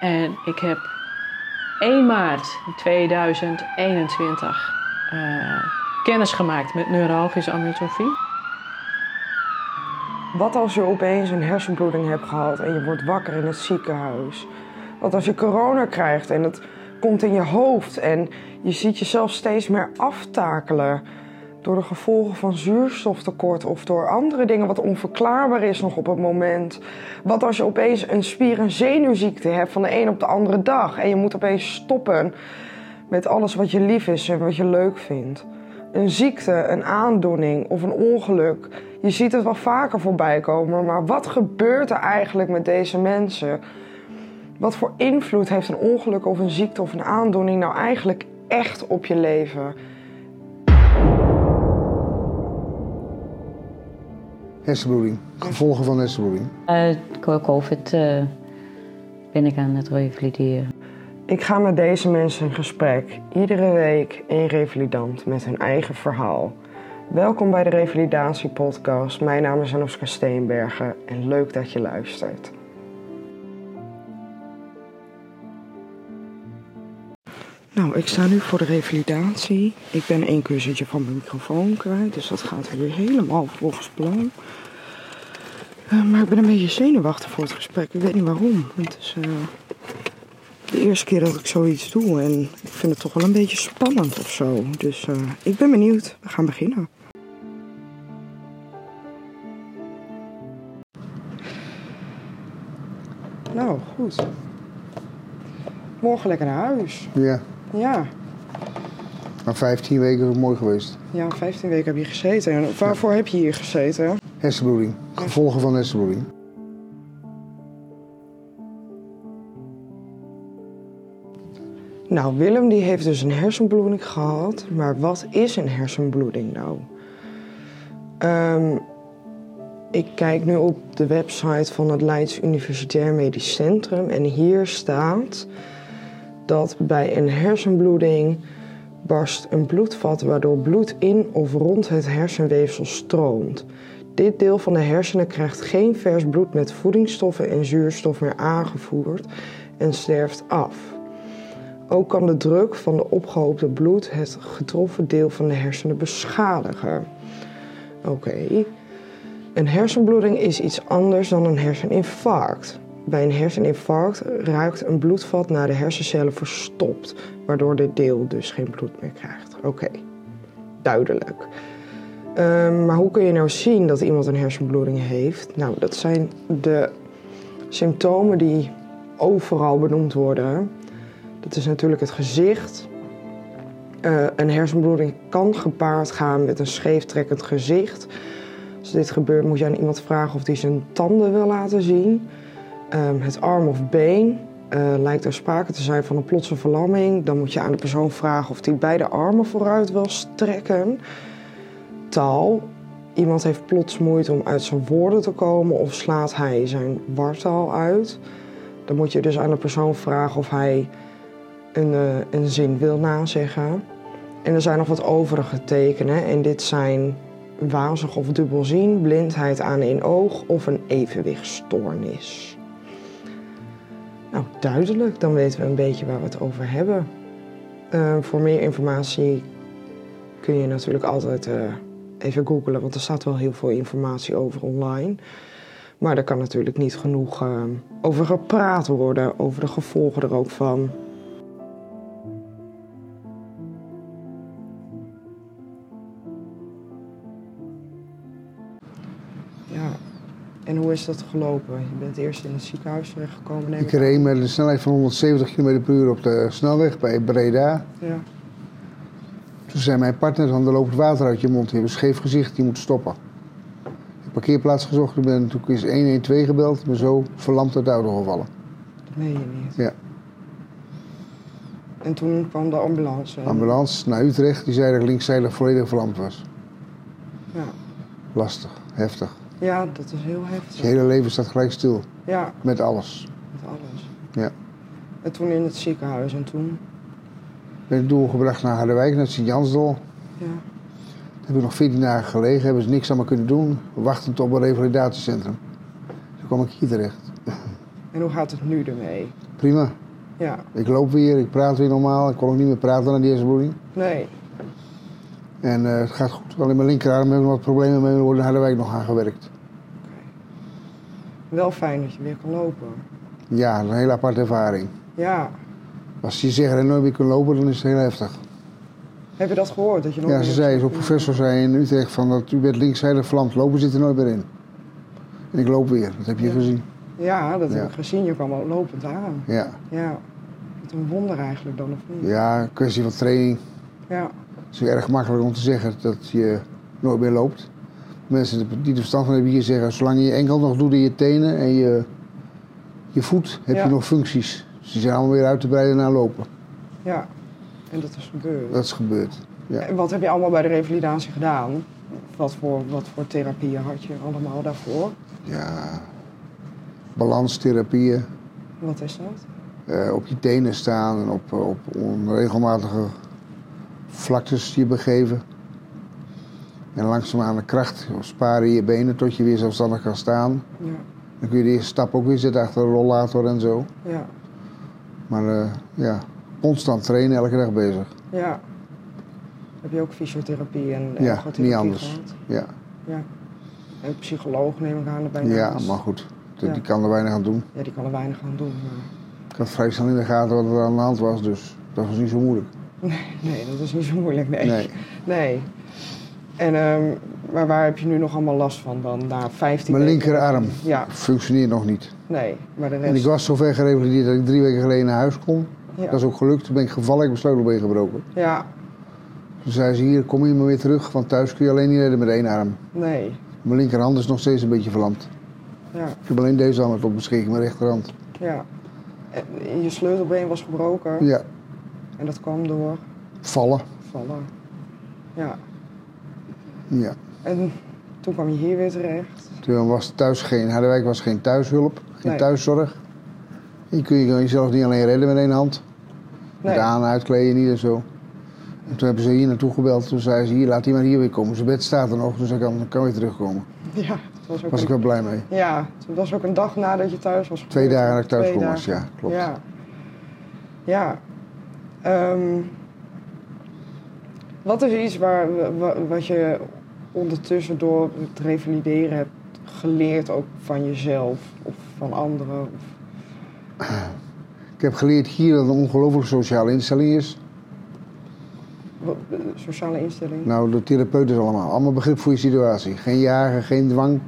En ik heb 1 maart 2021 eh, kennis gemaakt met neuralgische amyotrofie. Wat als je opeens een hersenbloeding hebt gehad en je wordt wakker in het ziekenhuis? Wat als je corona krijgt en het komt in je hoofd en je ziet jezelf steeds meer aftakelen door de gevolgen van zuurstoftekort of door andere dingen wat onverklaarbaar is nog op het moment? Wat als je opeens een spier- en zenuwziekte hebt van de een op de andere dag en je moet opeens stoppen met alles wat je lief is en wat je leuk vindt. Een ziekte, een aandoening of een ongeluk. Je ziet het wel vaker voorbij komen, maar wat gebeurt er eigenlijk met deze mensen? Wat voor invloed heeft een ongeluk of een ziekte of een aandoening nou eigenlijk echt op je leven? Hersenbloeding. Gevolgen van hersenbloeding. Eh, Door COVID eh, ben ik aan het revalideren. Ik ga met deze mensen in gesprek, iedere week een revalidant met hun eigen verhaal. Welkom bij de Revalidatie Podcast. Mijn naam is Anoska Steenbergen en leuk dat je luistert. Nou, ik sta nu voor de revalidatie. Ik ben één kussentje van mijn microfoon kwijt, dus dat gaat weer helemaal volgens plan. Eh, maar ik ben een beetje zenuwachtig voor het gesprek. Ik weet niet waarom. Het is eh, de eerste keer dat ik zoiets doe en ik vind het toch wel een beetje spannend of zo. Dus eh, ik ben benieuwd. We gaan beginnen. Nou, goed. Morgen lekker naar huis. Ja, Ja, maar 15 weken is ook mooi geweest. ja 15 weken heb je gezeten. En waarvoor heb je hier gezeten? Hersenbloeding. Gevolgen van hersenbloeding. Nou, Willem die heeft dus een hersenbloeding gehad. Maar wat is een hersenbloeding nou? Ehm, ik kijk nu op de website van het Leids Universitair Medisch Centrum. En hier staat dat bij een hersenbloeding barst een bloedvat waardoor bloed in of rond het hersenweefsel stroomt. Dit deel van de hersenen krijgt geen vers bloed met voedingsstoffen en zuurstof meer aangevoerd en sterft af. Ook kan de druk van de opgehoopte bloed het getroffen deel van de hersenen beschadigen. Oké. Een hersenbloeding is iets anders dan een herseninfarct. Bij een herseninfarct raakt een bloedvat naar de hersencellen verstopt, waardoor dit deel dus geen bloed meer krijgt. Oké, duidelijk. Ehm, maar hoe kun je nou zien dat iemand een hersenbloeding heeft? Nou, dat zijn de symptomen die overal benoemd worden. Dat is natuurlijk het gezicht. Eh, een hersenbloeding kan gepaard gaan met een scheeftrekkend gezicht. Als dit gebeurt moet je aan iemand vragen of hij zijn tanden wil laten zien. Ehm, het arm of been eh, lijkt er sprake te zijn van een plotse verlamming. Dan moet je aan de persoon vragen of hij beide armen vooruit wil strekken. Taal. Iemand heeft plots moeite om uit zijn woorden te komen of slaat hij zijn wartaal uit. Dan moet je dus aan de persoon vragen of hij een, eh, een zin wil nazeggen. En er zijn nog wat overige tekenen. En dit zijn wazig of dubbel zien, blindheid aan één oog of een evenwichtstoornis. Nou, duidelijk. Dan weten we een beetje waar we het over hebben. Eh, voor meer informatie kun je natuurlijk altijd eh, even googlen. Want er staat wel heel veel informatie over online. Maar er kan natuurlijk niet genoeg eh, over gepraat worden. Over de gevolgen er ook van. Ja, en hoe is dat gelopen? Je bent eerst in het ziekenhuis terechtgekomen. neem Ik reed met een snelheid van 170 km per uur op de snelweg bij Breda. Ja. Toen zei mijn partner, van, er loopt water uit je mond. Je hebt een scheef gezicht, je moet stoppen. Ik heb parkeerplaats gezocht. Ik ben toen is 112 gebeld. Maar zo verlamd uit de auto gevallen. Dat meen je niet. Ja. En toen kwam de ambulance. Ambulance naar Utrecht. Die zei dat ik linkszijdig volledig verlamd was. Ja. Lastig, heftig. ja, dat is heel Je heftig. hele leven staat gelijk stil. Ja, Met alles. met alles. Ja. En toen in het ziekenhuis en toen. Ben ik doorgebracht naar Harderwijk, naar Sint-Jansdal. Ja. Daar heb ik nog 14 dagen gelegen. Hebben ze niks aan me kunnen doen. Wachtend op een revalidatiecentrum. Toen kwam ik hier terecht. En hoe gaat het nu ermee? Prima. Ja, Ik loop weer, ik praat weer normaal. Ik kon ook niet meer praten na die eerste bloeding. nee. En eh, het gaat goed. Alleen mijn linkerarm heb ik nog wat problemen mee. Er wordt in Harderwijk nog aan gewerkt. Wel fijn dat je weer kan lopen. Ja, dat is een hele aparte ervaring. Ja. Als die zeggen dat je nooit meer kunt lopen, dan is het heel heftig. Heb je dat gehoord? Dat je nog Ja, weer- ze zei, zo'n professor zei in Utrecht van dat u bent linkszijdig verlamd. Lopen zit er nooit meer in. En ik loop weer, dat heb je Ja. gezien. Ja, dat Ja. heb ik gezien. Je kwam al lopend aan. Ja. Ja. Wat een wonder eigenlijk dan, of niet? ja, een kwestie van training. Ja. Het is erg makkelijk om te zeggen dat je nooit meer loopt. Mensen die er verstand van hebben hier zeggen, zolang je je enkel nog doet in je tenen en je, je voet, heb Ja. je nog functies. Dus die zijn allemaal weer uit te breiden naar lopen. Ja. En dat is gebeurd. Dat is gebeurd. Ja. En wat heb je allemaal bij de revalidatie gedaan? Wat voor, wat voor therapieën had je allemaal daarvoor? Ja, balanstherapieën, Wat is dat? eh, op je tenen staan en op, eh, op onregelmatige vlaktes je begeven. En langzaamaan de kracht sparen je benen tot je weer zelfstandig kan staan. Ja. Dan kun je de eerste stap ook weer zetten achter een rollator en zo. Ja. Maar eh, ja, constant trainen, elke dag bezig. Ja. Heb je ook fysiotherapie en Ja, ergotherapie niet anders. gehad? Ja, En psycholoog neem ik aan erbij. ja naast. maar goed, die Ja. die kan er weinig aan doen. Ja, die kan er weinig aan doen. Maar... Ik had vrij snel in de gaten wat er aan de hand was, dus dat was niet zo moeilijk. Nee, dat is niet zo moeilijk, nee. Nee. Nee. En, ehm, maar waar heb je nu nog allemaal last van dan? Na 15 Mijn weken? linkerarm Ja, functioneert nog niet. nee. Maar de rest... En ik was zover gerevalideerd dat ik drie weken geleden naar huis kon. ja. Dat is ook gelukt. Toen ben ik gevallen, ik heb mijn sleutelbeen gebroken. ja, Toen zei ze, hier, kom hier maar weer terug, want thuis kun je alleen niet redden met één arm. nee. Mijn linkerhand is nog steeds een beetje verlamd. Ja, Ik heb alleen deze hand op beschikking, mijn rechterhand. ja. En je sleutelbeen was gebroken. Ja, En dat kwam door vallen. vallen. Ja. Ja. En toen kwam je hier weer terecht. Toen was thuis geen, Harderwijk was geen thuishulp, geen Nee. thuiszorg. Je kun je kan jezelf niet alleen redden met één hand. Nee. Met aan, uitkleden niet en zo. En toen hebben ze hier naartoe gebeld. Toen zei ze, hier, laat die maar hier weer komen. Zijn bed staat er nog, dus hij kan, kan weer terugkomen. Ja, het was ook was een... ik wel blij mee. Ja, het was ook een dag nadat je thuis was. Twee gebeurd, dagen hè? dat ik thuis Twee kom was, dagen. ja, klopt. Ja. Ja. Ehm, wat is iets waar, wa- wat je ondertussen door het revalideren hebt geleerd, ook van jezelf of van anderen? Of, Ik heb geleerd hier dat het een ongelooflijk sociale instelling is. wat- eh, sociale instelling? Nou, de therapeuten allemaal. Allemaal begrip voor je situatie. Geen jagen, geen dwang.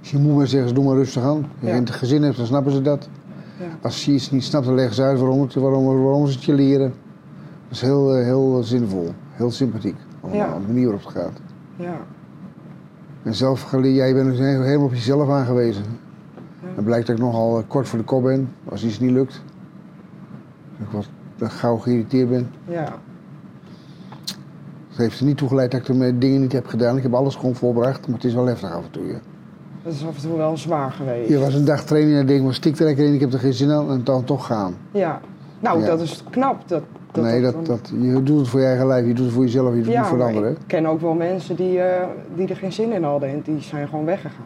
Als je moe bent, zeggen ze, doe maar rustig aan. Als je Ja. in het gezin hebt, dan snappen ze dat. Ja. Als je iets niet snapt, dan leggen ze uit waarom, het- waarom, waarom ze het je leren. Dat is heel, eh, heel zinvol. Heel sympathiek. Allemaal, Ja. Op de manier waarop het gaat. Ja, En zelf geleerd, jij bent dus he- helemaal op jezelf aangewezen. Ja. Dan blijkt dat ik nogal eh, kort voor de kop ben. Als iets niet lukt. Dat ik wat dat ik gauw geïrriteerd ben. ja, Het heeft er niet toe geleid dat ik de me- dingen niet heb gedaan. Ik heb alles gewoon voorbracht, maar het is wel heftig af en toe. Ja. dat is af en toe wel zwaar geweest. Hier was een dag training en ik denk ik, maar stik er lekker in, ik heb er geen zin aan en dan toch gaan. Ja. Nou, Ja. dat is knap. Dat, dat nee, dat, dan- dat, je doet het voor je eigen lijf, je doet het voor jezelf, je doet het niet voor maar anderen. ik ken ook wel mensen die, eh, die er geen zin in hadden en die zijn gewoon weggegaan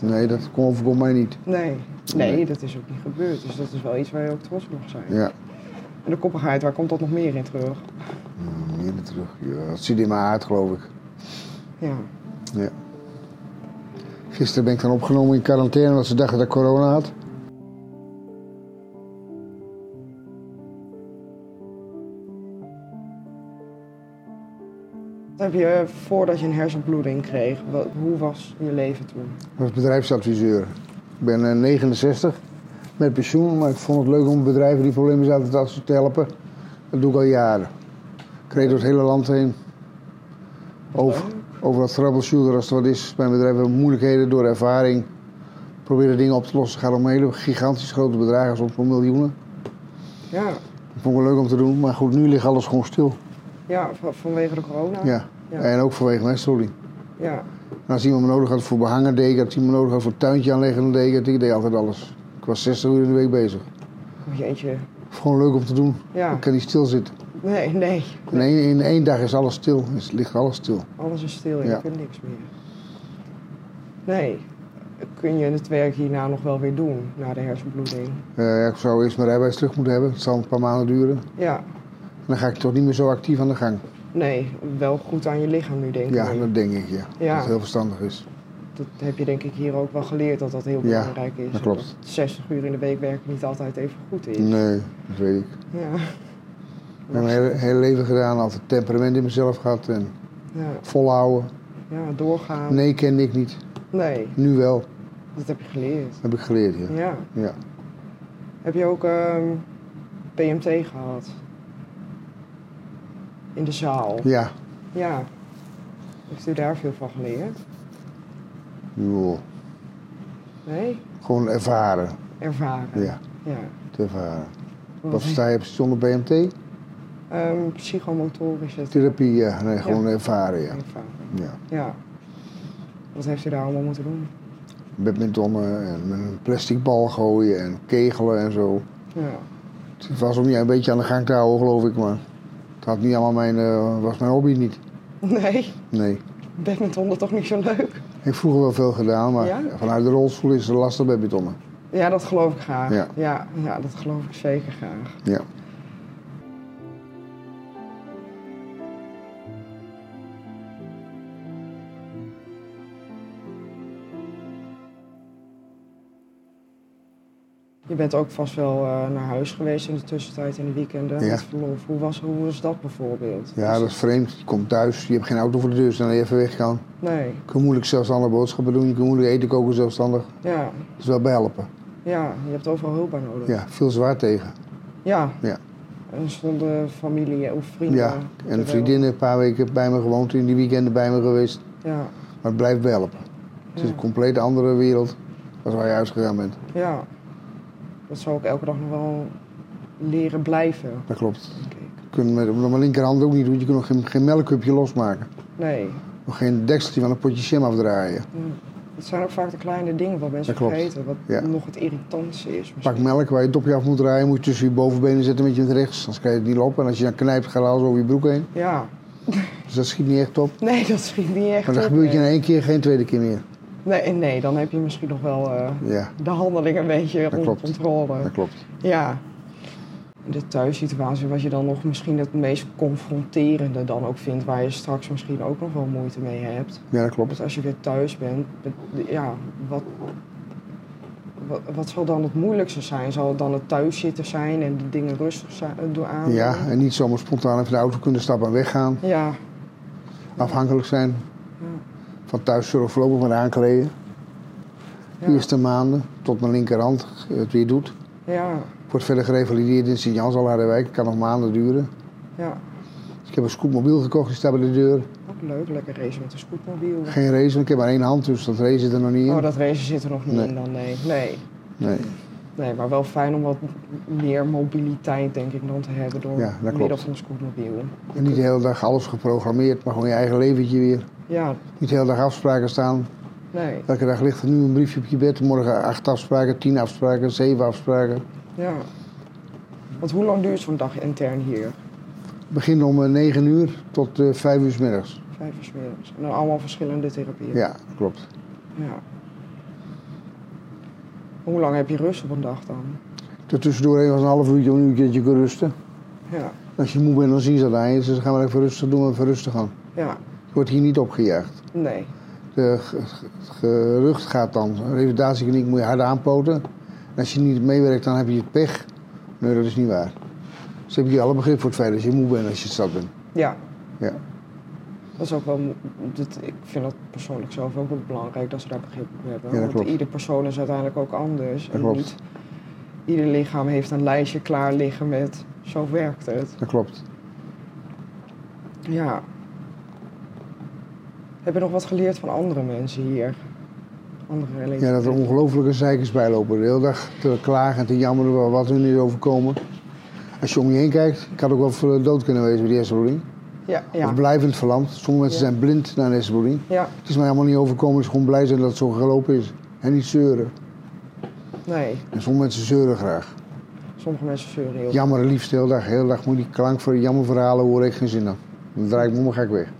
hier. Nee, dat kon- overkomt mij niet. Nee, nee, Nee. dat is ook niet gebeurd. Dus dat is wel iets waar je ook trots op mag zijn. Ja, En de koppigheid, waar komt dat nog meer in terug? Hmm, niet meer terug. Ja, dat zit in mijn aard, geloof ik. Ja, Gisteren ben ik dan opgenomen in quarantaine, omdat ze dachten dat ik corona had. heb je eh, voordat je een hersenbloeding kreeg, wat, hoe was je leven toen? Ik was bedrijfsadviseur. Ik ben eh, 69, met pensioen, maar ik vond het leuk om bedrijven die problemen zaten te te helpen. Dat doe ik al jaren. Ik reed door het hele land heen. Over, over dat troubleshooter als er wat is. Mijn bedrijf hebben moeilijkheden door ervaring. Proberen dingen op te lossen. Het gaat om hele gigantisch grote bedragen, soms om miljoenen. Ja, Dat vond ik wel leuk om te doen, maar goed, nu ligt alles gewoon stil. ja van- vanwege de corona? Ja. Ja. En ook vanwege mijn storing. Ja, En als iemand me nodig had voor behangen deed ik, als iemand me nodig had voor tuintje aanleggen dan deed ik het. Ik deed altijd alles. Ik was 60 uur in de week bezig. oh, jeetje. Gewoon leuk om te doen. Ja, Ik kan niet stilzitten. nee, nee. In één, in één dag is alles stil. Is, ligt alles stil. Alles is stil, je Ja. kunt niks meer. Nee. kun je het werk hierna nog wel weer doen, na de hersenbloeding. Eh, ik zou eerst mijn rijbewijs terug moeten hebben. Het zal een paar maanden duren. Ja, En dan ga ik toch niet meer zo actief aan de gang. nee, wel goed aan je lichaam nu, denk ik. Ja, dat denk ik, ja. Ja. Dat het heel verstandig is. Dat heb je denk ik hier ook wel geleerd, dat dat heel Ja, belangrijk is. dat klopt. 60 uur in de week werken niet altijd even goed is. Nee, dat weet ik. Ja. Ik heb mijn hele, hele leven gedaan, altijd temperament in mezelf gehad en Ja, volhouden. ja, doorgaan. Nee, kende ik niet. Nee, Nu wel, dat heb je geleerd. heb ik geleerd, ja. Ja. ja. Heb je ook ehm, PMT gehad? In de zaal? Ja, Ja. Heeft u daar veel van geleerd? joh. Nee? gewoon ervaren. Ervaren? Ja, Oh, ja. te ervaren. Wat Wat- versta je precies onder BMT? Ehm, psychomotorisch het Therapie, ja. Nee, gewoon ervaren, ja. ervaren. ja. Ja. Wat heeft u daar allemaal moeten doen? Badmintonnen en met een plastic bal gooien en kegelen en zo. Ja. Het was om je een beetje aan de gang te houden, geloof ik, maar het had niet allemaal mijn, eh, was mijn hobby niet. Nee, Nee. badminton toch niet zo leuk? Ik heb vroeger wel veel gedaan, maar Ja? vanuit de rolstoel is het lastig bij betonnen. Ja, dat geloof ik graag. Ja. ja, ja, dat geloof ik zeker graag. Ja. Je bent ook vast wel eh, naar huis geweest in de tussentijd in de weekenden. Ja. Met verlof. Hoe was, hoe was dat bijvoorbeeld? Dus ja, dat is vreemd. Je komt thuis, je hebt geen auto voor de deur, zodat je even weg kan. Nee, Je kunt moeilijk zelfstandig boodschappen doen, je kunt moeilijk eten koken zelfstandig. ja, Dat is wel behelpen. ja, je hebt overal hulp bij nodig. Ja, veel zwaar tegen. Ja. Ja. En zonder familie of vrienden. Ja, te en wel. een vriendin een paar weken bij me gewoond, in die weekenden bij me geweest. Ja, Maar het blijft behelpen. Het is Ja. een compleet andere wereld als waar je uitgegaan bent. ja. Dat zou ik elke dag nog wel leren blijven, Dat klopt. denk ik. Je kunt met, met mijn linkerhand ook niet doen, je kunt nog geen, geen melkkupje losmaken. Nee, Nog geen dekseltje van een potje jam afdraaien. het zijn ook vaak de kleine dingen wat mensen Dat klopt. vergeten. Wat Ja. nog het irritantste is Pak misschien. melk waar je het dopje af moet draaien, moet je tussen je bovenbenen zetten met je met rechts. Anders kan je het niet lopen. En als je dan knijpt, gaat alles over je broek heen. Ja. Dus dat schiet niet echt op. Nee, dat schiet niet echt Maar dat op, gebeurt je in nee. één keer, geen tweede keer meer. nee, nee, dan heb je misschien nog wel eh, Ja, de handeling een beetje onder klopt. controle. dat klopt. Ja. De thuissituatie wat je dan nog misschien het meest confronterende dan ook vindt, waar je straks misschien ook nog wel moeite mee hebt. Ja, dat klopt. Want Dus als je weer thuis bent, be- ja, wat, wat, wat zal dan het moeilijkste zijn? Zal het dan het thuiszitten zijn en de dingen rustig zijn, eh, door aan? Ja, en niet zomaar spontaan even de auto kunnen stappen en weggaan. Ja, Afhankelijk zijn van thuiszorg voorlopig maar aankleden. De Ja. eerste maanden tot mijn linkerhand eh, het weer doet. ja, Wordt verder gerevalideerd in Sint-Jans al Harderwijk. Kan nog maanden duren. ja. Dus ik heb een scootmobiel gekocht, die staat bij de deur. Ook leuk, lekker race met een scootmobiel. Geen race, want ik heb maar één hand, dus dat race zit er nog niet in. Oh, dat race zit er nog niet Nee. in dan, nee. nee. Nee. Nee, maar wel fijn om wat meer mobiliteit, denk ik, dan te hebben door Ja, dat klopt. middel van een scootmobiel. En niet de hele dag alles geprogrammeerd, maar gewoon je eigen leventje weer. Ja, Niet de hele dag afspraken staan. nee, Elke dag ligt er nu een briefje op je bed. Morgen acht afspraken, tien afspraken, zeven afspraken. ja. Want hoe lang duurt zo'n dag intern hier? Het begint om eh, negen uur tot eh, vijf uur 's middags. Vijf uur 's middags. En dan allemaal verschillende therapieën. Ja, dat klopt. Ja. Hoe lang heb je rust op een dag dan? Tussendoor even een half uurtje of een uurtje kunnen rusten. Ja, Als je moe bent, dan zien ze dat aan je. Ze zeggen, ga maar even rustig doen, even rustig aan. ja, Je wordt hier niet opgejaagd. nee, De ge- ge- gerucht gaat dan. Een revalidatiekliniek moet je hard aanpoten. En als je niet meewerkt, dan heb je pech. Nee, dat is niet waar. Ze hebben hier alle begrip voor het feit dat je moe bent als je in stad bent. ja. Ja. Dat is ook wel, mo- dat, ik vind dat persoonlijk zelf ook wel belangrijk dat ze daar begrip op hebben. Ja, dat Want klopt. ieder persoon is uiteindelijk ook anders. en klopt. niet ieder lichaam heeft een lijstje klaar liggen met zo werkt het. Dat klopt. Ja. Heb je nog wat geleerd van andere mensen hier? Andere Ja, dat er ongelofelijke zeikers bijlopen. De hele dag te klagen en te jammeren over wat hun is overkomen. Als je om je heen kijkt, ik had ook wel voor dood kunnen wezen bij die hersenbloeding. Ja, Of ja. blijvend verlamd. Sommige mensen Ja. zijn blind naar een hersenbloeding. ja, Het is mij helemaal niet overkomen. Het is gewoon blij zijn dat het zo gelopen is. En niet zeuren. nee. En sommige mensen zeuren graag. Sommige mensen zeuren heel Jammer liefst de hele dag. De hele dag moet ik klank voor jammerverhalen hoor ik geen zin aan. Dan draai ik me om en ga ik weg.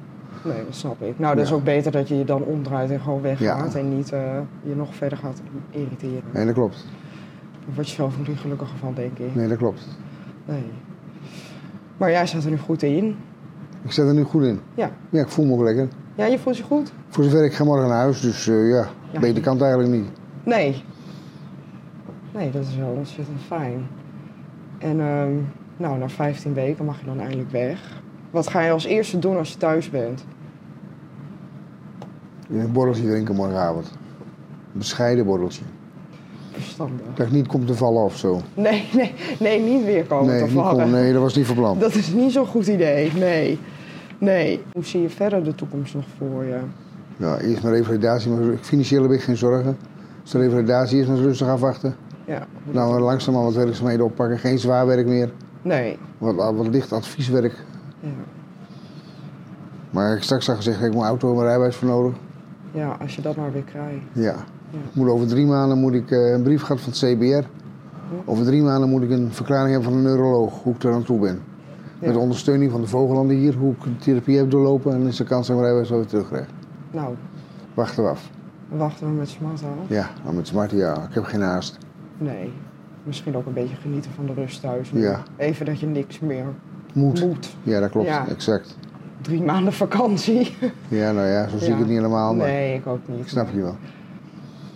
Nee, dat snap ik. Nou, dat is Ja. ook beter dat je je dan omdraait en gewoon weggaat. Ja. En niet eh, je nog verder gaat irriteren. Nee, dat klopt. Daar word je zelf ook niet gelukkiger van, denk ik. Nee, dat klopt. Nee. Maar jij staat er nu goed in. Ik zit er nu goed in. Ja. Ja, ik voel me ook lekker. Ja, je voelt je goed? Voor zover ik ga morgen naar huis, dus eh, ja, Ja. beter kan het eigenlijk niet. Nee. Nee, dat is wel ontzettend fijn. En ehm, nou, na 15 weken mag je dan eindelijk weg. Wat ga je als eerste doen als je thuis bent? Een borreltje drinken morgenavond. Een bescheiden borreltje. Verstandig. Dat ik niet komt te vallen of zo. Nee, nee, nee, niet weer komen nee, Oh, te niet vallen. komen. nee, dat was niet van plan. Dat is niet zo'n goed idee, nee. Nee. Hoe zie je verder de toekomst nog voor je? Ja, eerst maar revalidatie. Maar financieel heb ik geen zorgen. Dus de revalidatie is maar eens rustig afwachten. Ja. Nou, langzaam al wat werkzaamheden oppakken. Geen zwaar werk meer. Nee. Wat, wat licht advieswerk. Ja. Maar ik heb straks al gezegd, ik heb mijn auto en mijn rijbewijs voor nodig. ja, als je dat maar weer krijgt. Ja. Ik Moet over drie maanden moet ik eh, een brief gehad van het CBR. Over drie maanden moet ik een verklaring hebben van een neuroloog, hoe ik er aan toe ben. Met Ja. ondersteuning van de vogelanden hier, hoe ik de therapie heb doorlopen. En dan is de kans dat ik mijn rijbewijs wel weer terugkrijg. Nou, Wachten we af. dan wachten we met smart af. Ja, maar met smart, ja. Ik heb geen haast. Nee. Misschien ook een beetje genieten van de rust thuis. nu. Ja. Even dat je niks meer Moet. moet. Ja, dat klopt. Ja. Exact. Drie maanden vakantie. Ja, nou ja, zo zie Ja. ik het niet helemaal. Maar Nee, ik ook niet. ik snap je wel.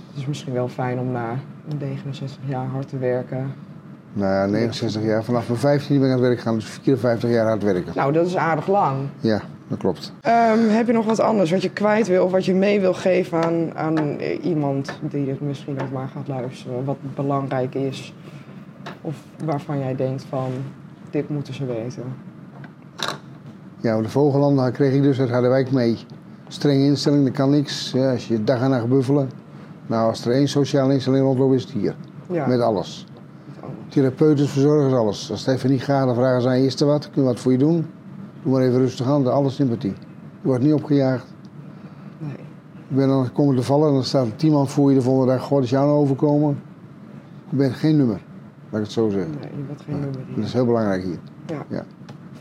Het is misschien wel fijn om na een 69 jaar hard te werken. Nou ja, 69 jaar. Vanaf mijn 15 ben ik aan het werk gaan, dus 54 jaar hard werken. Nou, dat is aardig lang. Ja, dat klopt. Ehm, heb je nog wat anders wat je kwijt wil of wat je mee wil geven aan, aan eh, iemand die dit misschien ook maar gaat luisteren? Wat belangrijk is of waarvan jij denkt van dit moeten ze weten? Ja, de Vogelanden kreeg ik dus uit Harderwijk mee. Strenge instelling, dat kan niks. Ja, als je dag en nacht buffelen. Nou, als er één sociale instelling rondloopt, is het hier. Ja, Met alles. met alles. Therapeuten, verzorgers, alles. Als het even niet gaat, dan vragen ze aan je, is er wat? Kunnen we wat voor je doen? Doe maar even rustig aan, alle sympathie. Je wordt niet opgejaagd. Nee. Ik ben dan komen te vallen en dan staat er tien man voor je de volgende dag. God, is jou nou overkomen? Je bent geen nummer, laat ik het zo zeggen. nee, je bent geen nummer Dat hier. is heel belangrijk hier.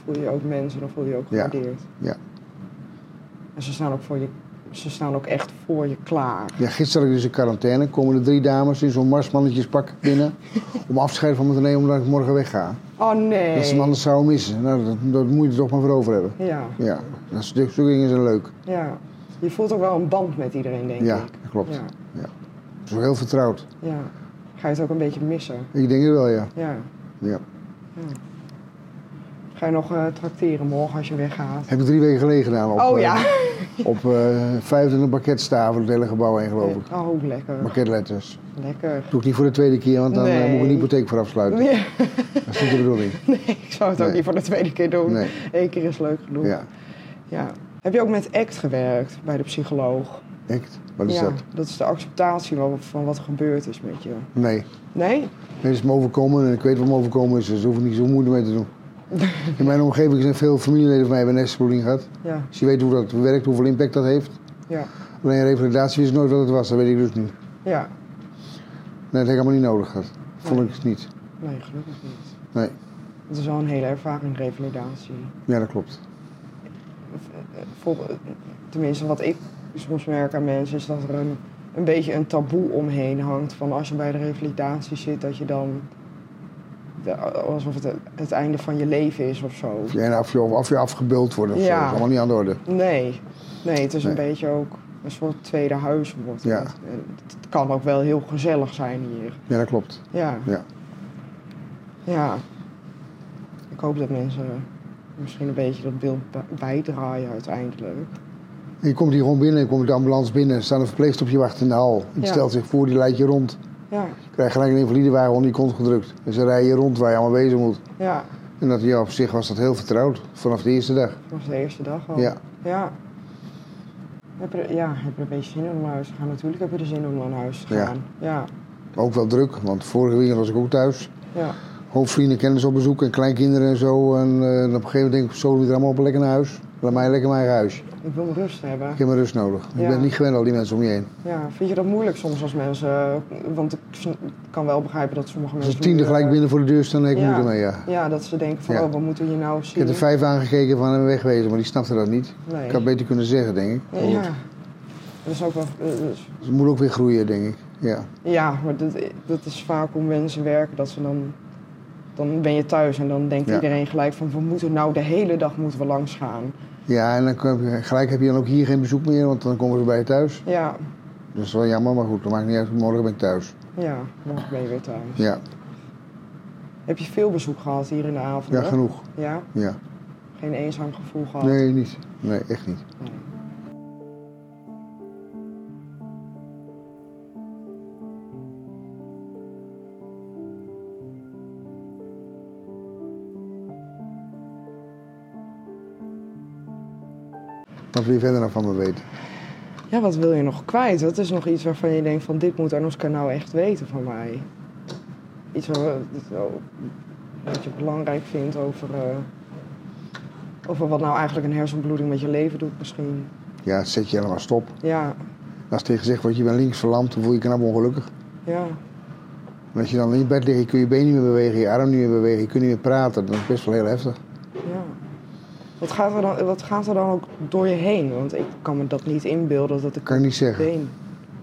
Voel je ook mensen, dan voel je je ook Ja, gewaardeerd. ja. En ze staan ook, voor je, ze staan ook echt voor je klaar. Ja, gisteren zat ik dus in quarantaine. Komen er drie dames in zo'n marsmannetjespak binnen. om afscheid van me te nemen omdat ik morgen wegga. Oh nee. Dat ze me anders zouden missen. Nou, dat, dat moet je er toch maar voor over hebben. Ja, Ja, dat soort zulke dingen zijn leuk. ja. Je voelt ook wel een band met iedereen, denk Ja, ik. dat klopt. Ja, Zo heel vertrouwd. ja. Ga je het ook een beetje missen? Ik denk het wel, ja. Ja. Ja. Ga je nog eh trakteren morgen als je weggaat? Heb ik drie weken geleden gedaan. Op, oh eh, ja. op eh 25 pakketstaven door het hele gebouw heen, geloof ik. Oh, lekker. Pakketletters. Lekker. Doe ik niet voor de tweede keer, want dan eh, moet ik een Nee. hypotheek voor afsluiten. Ja, Dat is niet de bedoeling. ik zou het ook Nee. niet voor de tweede keer doen. Nee. Eén keer is leuk genoeg. Ja. Ja. Heb je ook met ACT gewerkt bij de psycholoog? Echt? Wat is ja, dat? is de acceptatie wel van wat er gebeurd is met je. Nee. Nee? Het is me overkomen en ik weet wat me overkomen is, dus daar hoef ik niet zo moeite mee te doen. In mijn omgeving zijn veel familieleden van mij hebben hersenbloeding gehad. Ja, Dus je weet hoe dat werkt, hoeveel impact dat heeft. ja, Alleen revalidatie is nooit wat het was, dat weet ik dus nu. Nee, ja. dat heb ik allemaal niet nodig gehad. Vond ik het niet. Nee, gelukkig niet. Nee. Het is wel een hele ervaring, revalidatie. Ja, dat klopt. Vol- Tenminste, wat ik soms merk aan mensen is dat er een, een beetje een taboe omheen hangt. Van als je bij de revalidatie zit, dat je dan. de- alsof het het einde van je leven is of zo. Ja, en of je, of je afgebeuld wordt of Ja. zo, dat is allemaal niet aan de orde. Nee, nee, het is een Nee. beetje ook een soort tweede huis wordt. Ja. Het, het kan ook wel heel gezellig zijn hier. Ja, dat klopt. Ja. Ja. Ja. Ik hoop dat mensen misschien een beetje dat beeld bij- bijdragen uiteindelijk. En je komt hier gewoon binnen, je komt de ambulance binnen, er staat een verpleegster op je wacht in de hal. Die Ja. stelt zich voor, die leidt je rond. Ja, Je krijgt gelijk een invalidewagen onder je kont gedrukt. En ze rijden je rond waar je allemaal wezen moet. ja. En dat, ja, op zich was dat heel vertrouwd, vanaf de eerste dag. Dat was de eerste dag al. Ja. Ja. Heb je, er- ja, heb je er een beetje zin om naar huis te gaan? Natuurlijk heb je er zin om naar huis te Ja. gaan. Ja. Ook wel druk, want vorige weekend was ik ook thuis. Ja. Hoop vrienden, kennis op bezoek en kleinkinderen en zo. En, eh, en op een gegeven moment denk ik, zo weer allemaal op lekker naar huis. Laat mij lekker mijn eigen huis. Ik wil mijn rust hebben. Ik heb mijn rust nodig. Ja. Ik ben niet gewend al die mensen om je heen. Ja, vind je dat moeilijk soms als mensen... Want ik sn- kan wel begrijpen dat sommige Als mensen... er tien nu, eh, tegelijk binnen voor de deur staan, nee, ik Ja. moet ermee, ja. Ja, dat ze denken van, Ja. oh, we moeten je nou Ik zien. heb er vijf aangekeken van hem wegwezen, maar die snapte dat niet. Nee. Ik had beter kunnen zeggen, denk ik. Maar Ja. goed, Dat is ook wel... eh, dat is- Ze moet ook weer groeien, denk ik. Ja. Ja, maar dat, dat is vaak hoe mensen werken, dat ze dan... Dan ben je thuis en dan denkt Ja. iedereen gelijk van, we moeten nou de hele dag moeten we langs gaan. ja, en dan heb je- gelijk heb je dan ook hier geen bezoek meer, want dan komen ze bij je thuis. Ja, Dat is wel jammer, maar goed, dat maakt niet uit. Morgen ben ik thuis. ja, morgen ben je weer thuis. Ja, Heb je veel bezoek gehad hier in de avond? ja genoeg. Ja? Ja. Geen eenzaam gevoel gehad? Nee, niet. Nee, echt niet. Nee. Wat wil je verder nog van me weten? Ja, wat wil je nog kwijt? Wat is nog iets waarvan je denkt van dit moet Anoska nou echt weten van mij? Iets wat, wat je belangrijk vindt over, eh, over wat nou eigenlijk een hersenbloeding met je leven doet misschien. Ja, het zet je helemaal stop. Ja, Als tegen zegt, want je bent links verlamd, dan voel je je knap ongelukkig. ja, En als je dan in je bed ligt, kun je je been niet meer bewegen, je arm niet meer bewegen, je kunt niet meer praten. Dat is best wel heel heftig. ja. Wat gaat, er dan, wat gaat er dan ook door je heen? Want ik kan me dat niet inbeelden dat ik Kan ik niet zeggen. been.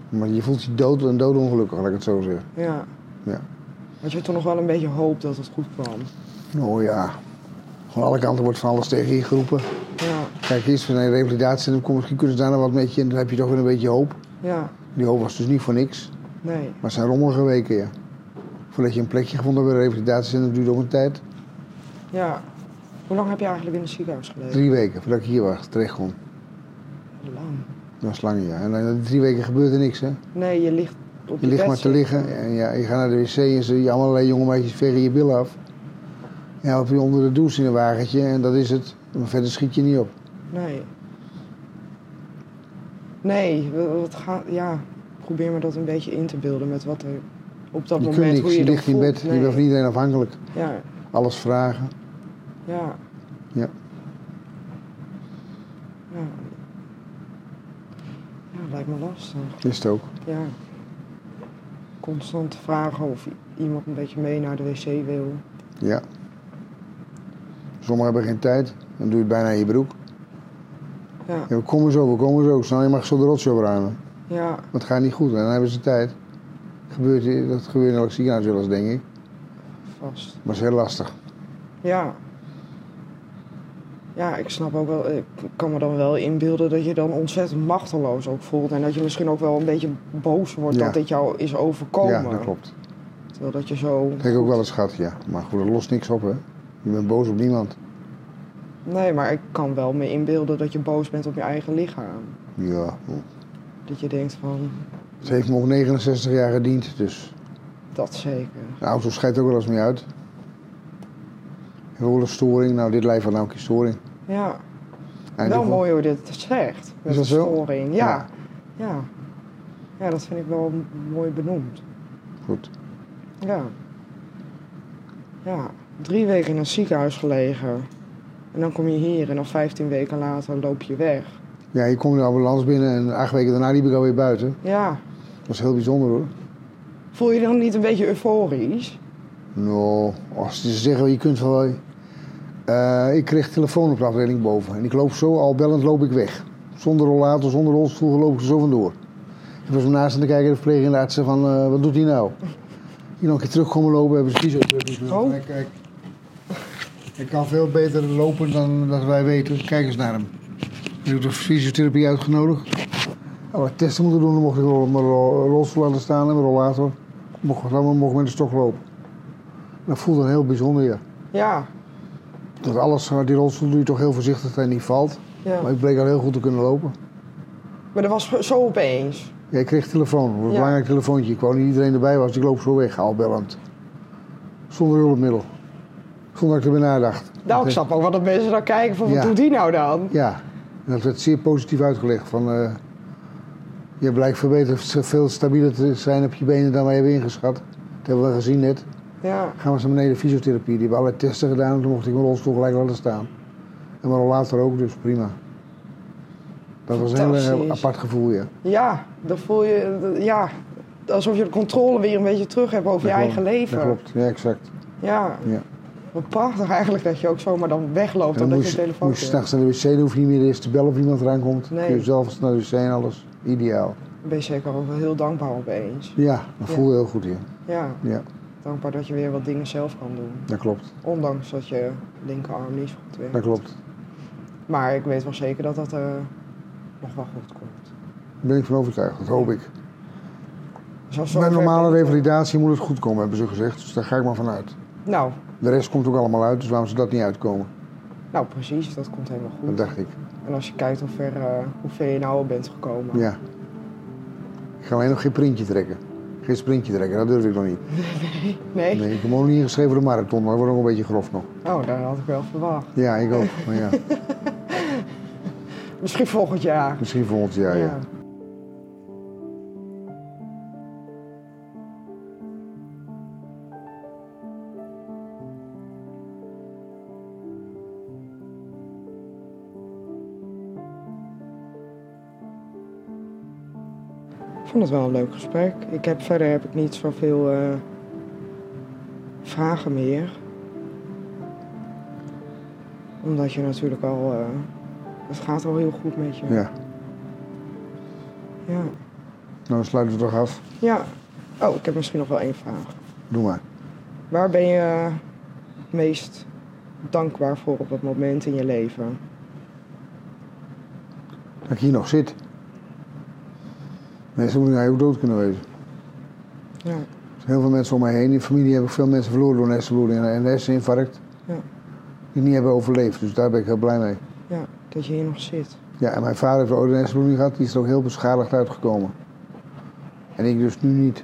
Maar je voelt je dood en dood ongelukkig, laat ik het zo zeggen. Ja. Ja. Want je hebt toch nog wel een beetje hoop dat het goed kwam. Nou ja, van alle kanten wordt van alles tegen je geroepen. Ja, Kijk, eerst naar een revalidatiecentrum komt, misschien kunnen ze daar nog wat met je en dan heb je toch weer een beetje hoop. ja, Die hoop was dus niet voor niks, nee, maar het zijn rommelige weken, ja. Voordat je een plekje gevonden hebt bij een revalidatiecentrum duurde ook een tijd. ja. Hoe lang heb je eigenlijk in het ziekenhuis gelegen? Drie weken voordat ik hier was, terecht kon. Lang. Dat was lang, ja. En dan, drie weken gebeurde niks, hè. Nee, je ligt op Je je ligt bed maar te zitten. liggen en ja, je gaat naar de wc en ze je allerlei jonge meisjes vegen je billen af. En help je onder de douche in een wagentje en dat is het. Maar verder schiet je niet op. Nee. Nee, w- wat gaat... Ja, probeer me dat een beetje in te beelden met wat er op dat Je kunt moment... hoe niks, je, je dat ligt in voelt. bed, je Nee. bent van iedereen afhankelijk. Ja, Alles vragen. ja. Ja. Ja. Ja, lijkt me lastig. Is het ook. Ja. Constant vragen of i- iemand een beetje mee naar de wc wil. Ja. Sommigen hebben geen tijd. Dan doe je het bijna in je broek. Ja, Ja, we komen zo, we komen zo. Snel, je mag zo de rotzooi opruimen. ja, Want het gaat niet goed en dan hebben ze tijd. Gebeurt, hier- dat gebeurt in elk ziekenhuis wel eens, denk ik. vast. Maar het is heel lastig. Ja. Ja, ik snap ook wel. Ik kan me dan wel inbeelden dat je dan ontzettend machteloos ook voelt. En dat je misschien ook wel een beetje boos wordt Ja. dat dit jou is overkomen. Ja, dat klopt. Terwijl dat je zo. Dat heb ik ook wel eens gehad, ja. Maar goed, dat lost niks op, hè. Je bent boos op niemand. Nee, maar ik kan wel me inbeelden dat je boos bent op je eigen lichaam. Ja, Dat je denkt van, het heeft me ook 69 jaar gediend, dus dat zeker. de auto scheidt ook wel eens mee uit. En wel een storing, nou dit lijf had nou een keer storing. Ja, wel En die- Nou, mooi hoe je dit zegt. Met dat de zo? storing. Ja. Ja. ja. Ja, dat vind ik wel m- mooi benoemd. Goed, Ja. Ja, drie weken in een ziekenhuis gelegen. En dan kom je hier en dan 15 weken later loop je weg. ja, je komt in de ambulance binnen en acht weken daarna liep ik alweer buiten. Ja. Dat was heel bijzonder, hoor. Voel je dan niet een beetje euforisch? Nou, als ze zeggen, je kunt wel... Eh, ik kreeg telefoon op de afdeling boven. En ik loop zo, al bellend loop ik weg. Zonder rollator, zonder rolstoel loop ik er zo vandoor. Ik was me naast aan te kijken, de verpleger en de artsen van, eh, wat doet hij nou? Hier nog een keer terug komen lopen, hebben ze kiezen. Oh. Kijk, kijk. Hij kan veel beter lopen dan dat wij weten. Kijk eens naar hem. Ik heb de fysiotherapie uitgenodigd. Alle testen moeten doen, dan mocht ik wel op mijn ro- rolstoel laten staan en mijn rollator. Mocht ik allemaal mocht ik met de stok lopen. Dat voelde heel bijzonder, ja. Ja. Dat alles, eh, die rolstoel doe je toch heel voorzichtig dat hij niet valt. ja. Maar ik bleek al heel goed te kunnen lopen. Maar dat was zo opeens. Ja, ik kreeg telefoon, een Ja. belangrijk telefoontje. Ik wou niet iedereen erbij was, ik loop zo weg, al bellend. Zonder hulpmiddel. Zonder dat ik erbij nadacht. Nou, ik Dat- snap ook wel dat mensen dan kijken van, Ja. wat doet die nou dan? Ja, en dat werd zeer positief uitgelegd. Van, eh, je blijkt veel, beter, veel stabieler te zijn op je benen dan wij hebben ingeschat. Dat hebben we gezien net. Ja. Gaan we eens naar beneden fysiotherapie. Die hebben allerlei testen gedaan. Toen mocht ik mijn rolstoel gelijk laten staan. En maar later ook, dus prima. Dat was een heel Fantastisch. eh, apart gevoel, ja. Ja, dan voel je, d- ja, alsof je de controle weer een beetje terug hebt over je Dat eigen klopt. leven. Dat klopt, ja, exact. Ja. Ja. Wat prachtig eigenlijk dat je ook zomaar dan wegloopt En omdat moest je telefoon moest je hebt. s'nachts naar de wc, dan hoef je niet meer eerst te bellen of iemand eraan komt. Nee. Kun je zelf naar de wc en alles. Ideaal. Daar ben je zeker ook wel heel dankbaar opeens. Ja, dat Ja. voel je heel goed, ja. Ja, ja. dankbaar dat je weer wat dingen zelf kan doen. Dat klopt, Ondanks dat je linkerarm niet zo goed werkt. dat klopt. Maar ik weet wel zeker dat dat eh, nog wel goed komt. Daar ben ik van overtuigd, dat hoop ik. Dus als Bij zover- normale revalidatie moet het goed komen, hebben ze gezegd. Dus daar ga ik maar vanuit. Nou, De rest komt ook allemaal uit, dus waarom ze dat niet uitkomen? nou precies, dat komt helemaal Dat goed. dacht ik. En als je kijkt hoe ver, eh, hoe ver je nou al bent gekomen. Ja. Ik ga alleen nog geen printje trekken. Geen sprintje trekken, dat durf ik nog niet. Nee? Nee, ik heb hem ook niet ingeschreven voor de marathon, maar dat wordt ook een beetje grof nog. Oh, daar had ik wel verwacht. Ja, ik ook. Maar ja, Misschien volgend jaar. misschien volgend jaar, ja. Ja. Ik vond het wel een leuk gesprek. Ik heb, verder heb ik niet zoveel eh, vragen meer. Omdat je natuurlijk al... eh, het gaat al heel goed met je. Ja. Ja. Nou, dan sluiten we toch af. Ja. Oh, ik heb misschien nog wel één vraag. Doe maar. Waar ben je eh, het meest dankbaar voor op het moment in je leven? Dat ik hier nog zit. Mensen moeten eigenlijk ook dood kunnen wezen. Ja. Er zijn heel veel mensen om mij heen. In familie heb ik veel mensen verloren door een hersenbloeding en een herseninfarct. Ja. Die niet hebben overleefd, dus daar ben ik heel blij mee. Ja, dat je hier nog zit. Ja, en mijn vader heeft ooit een hersenbloeding gehad, die is er ook heel beschadigd uitgekomen. En ik dus nu niet.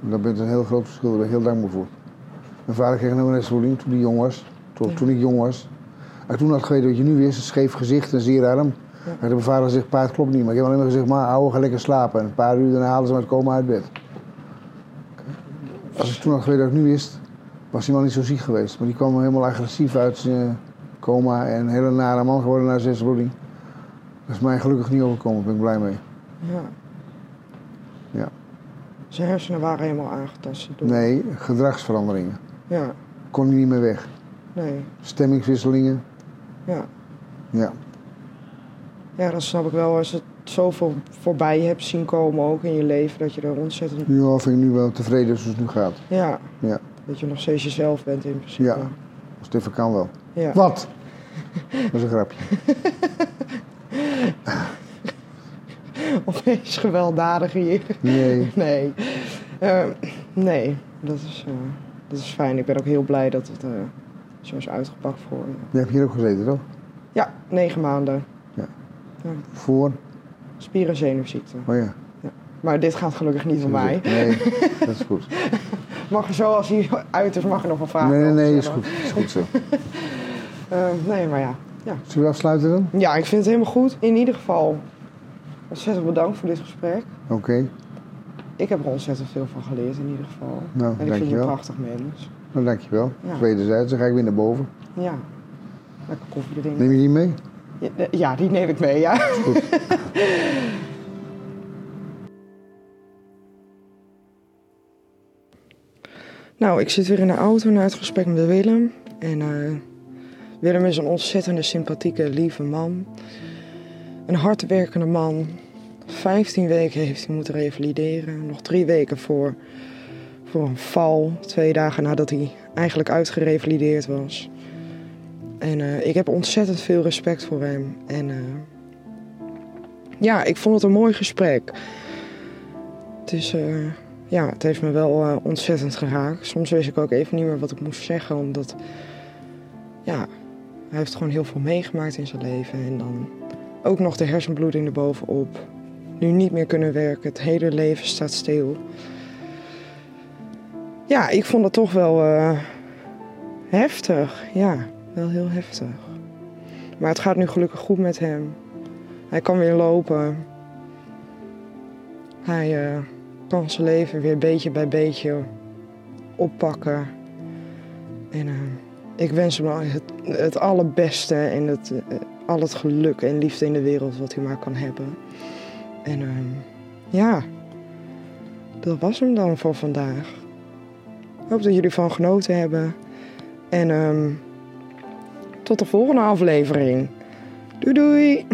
Dat bent een heel groot verschil, daar ben ik heel dankbaar voor. Mijn vader kreeg nou een hersenbloeding toen hij jong was, toen, Ja. toen ik jong was. En toen had ik geweten wat je nu wist, een scheef gezicht en zeer arm. Ja. Had ik mijn vader gezegd, pa, het klopt niet. Maar ik heb alleen maar gezegd, ma, ouwe, ga lekker slapen. En een paar uur daarna halen ze hem uit het coma uit bed. Als ik toen had geweten wat ik nu wist, was die man niet zo ziek geweest. Maar die kwam helemaal agressief uit zijn coma en een hele nare man geworden na zijn hersenbloeding. Dat is mij gelukkig niet overkomen, daar ben ik blij mee. Ja. Ja. Zijn hersenen waren helemaal aangetast. door- Nee, gedragsveranderingen. Ja, Kon hij niet meer weg. nee. Stemmingswisselingen. Ja. Ja, Ja, dat snap ik wel. Als het zoveel voorbij hebt zien komen ook in je leven, dat je er ontzettend... nu al vind ik nu wel tevreden zoals het nu gaat. Ja. Ja. Dat je nog steeds jezelf bent in principe. Ja. Als het even kan wel. Ja. Wat? Dat is een grapje. Opeens gewelddadig hier. Nee. Nee. Eh, nee, dat is, eh, dat is fijn. Ik ben ook heel blij dat het eh, zo is uitgepakt voor je. Je hebt hier ook gezeten, toch? Ja, negen maanden. Voor? Spier- en zenuwziekte. Oh ja. Maar dit gaat gelukkig niet om mij. Nee, dat is goed. Mag er zo, als hij uit is, mag er nog een vraag Nee, nee, over nee, is stellen. goed. Is goed zo. Eh, nee, maar ja. Zullen we afsluiten dan? Ja, ik vind het helemaal goed. In ieder geval, ontzettend bedankt voor dit gesprek. Oké. Ik heb er ontzettend veel van geleerd in ieder geval. Nou, en ik vind je een dankjewel. prachtig mens. Nou, dankjewel. Ja. Wederzijds, dan ga ik weer naar boven. Ja. Lekker koffiedrinken. Neem je die mee? Ja, Ja, die neem ik mee, ja. nou, ik zit weer in de auto na het gesprek met Willem. En eh, Willem is een ontzettende sympathieke, lieve man. Een hardwerkende man. Vijftien weken heeft hij moeten revalideren. Nog drie weken voor, voor een val. Twee dagen nadat hij eigenlijk uitgerevalideerd was. En eh, ik heb ontzettend veel respect voor hem. En eh, ja, ik vond het een mooi gesprek. Het, is, eh, ja, het heeft me wel eh, ontzettend geraakt. Soms wist ik ook even niet meer wat ik moest zeggen, omdat ja, hij heeft gewoon heel veel meegemaakt in zijn leven. En dan ook nog de hersenbloeding erbovenop. Nu niet meer kunnen werken, het hele leven staat stil. Ja, ik vond het toch wel eh, heftig, ja. Wel heel heftig. Maar het gaat nu gelukkig goed met hem. Hij kan weer lopen. Hij eh, kan zijn leven weer beetje bij beetje oppakken. En eh, Ik wens hem al het, het allerbeste en het, eh, al het geluk en liefde in de wereld wat hij maar kan hebben. En ehm, ja, dat was hem dan voor vandaag. Ik hoop dat jullie van genoten hebben. En ehm, tot de volgende aflevering. Doei doei!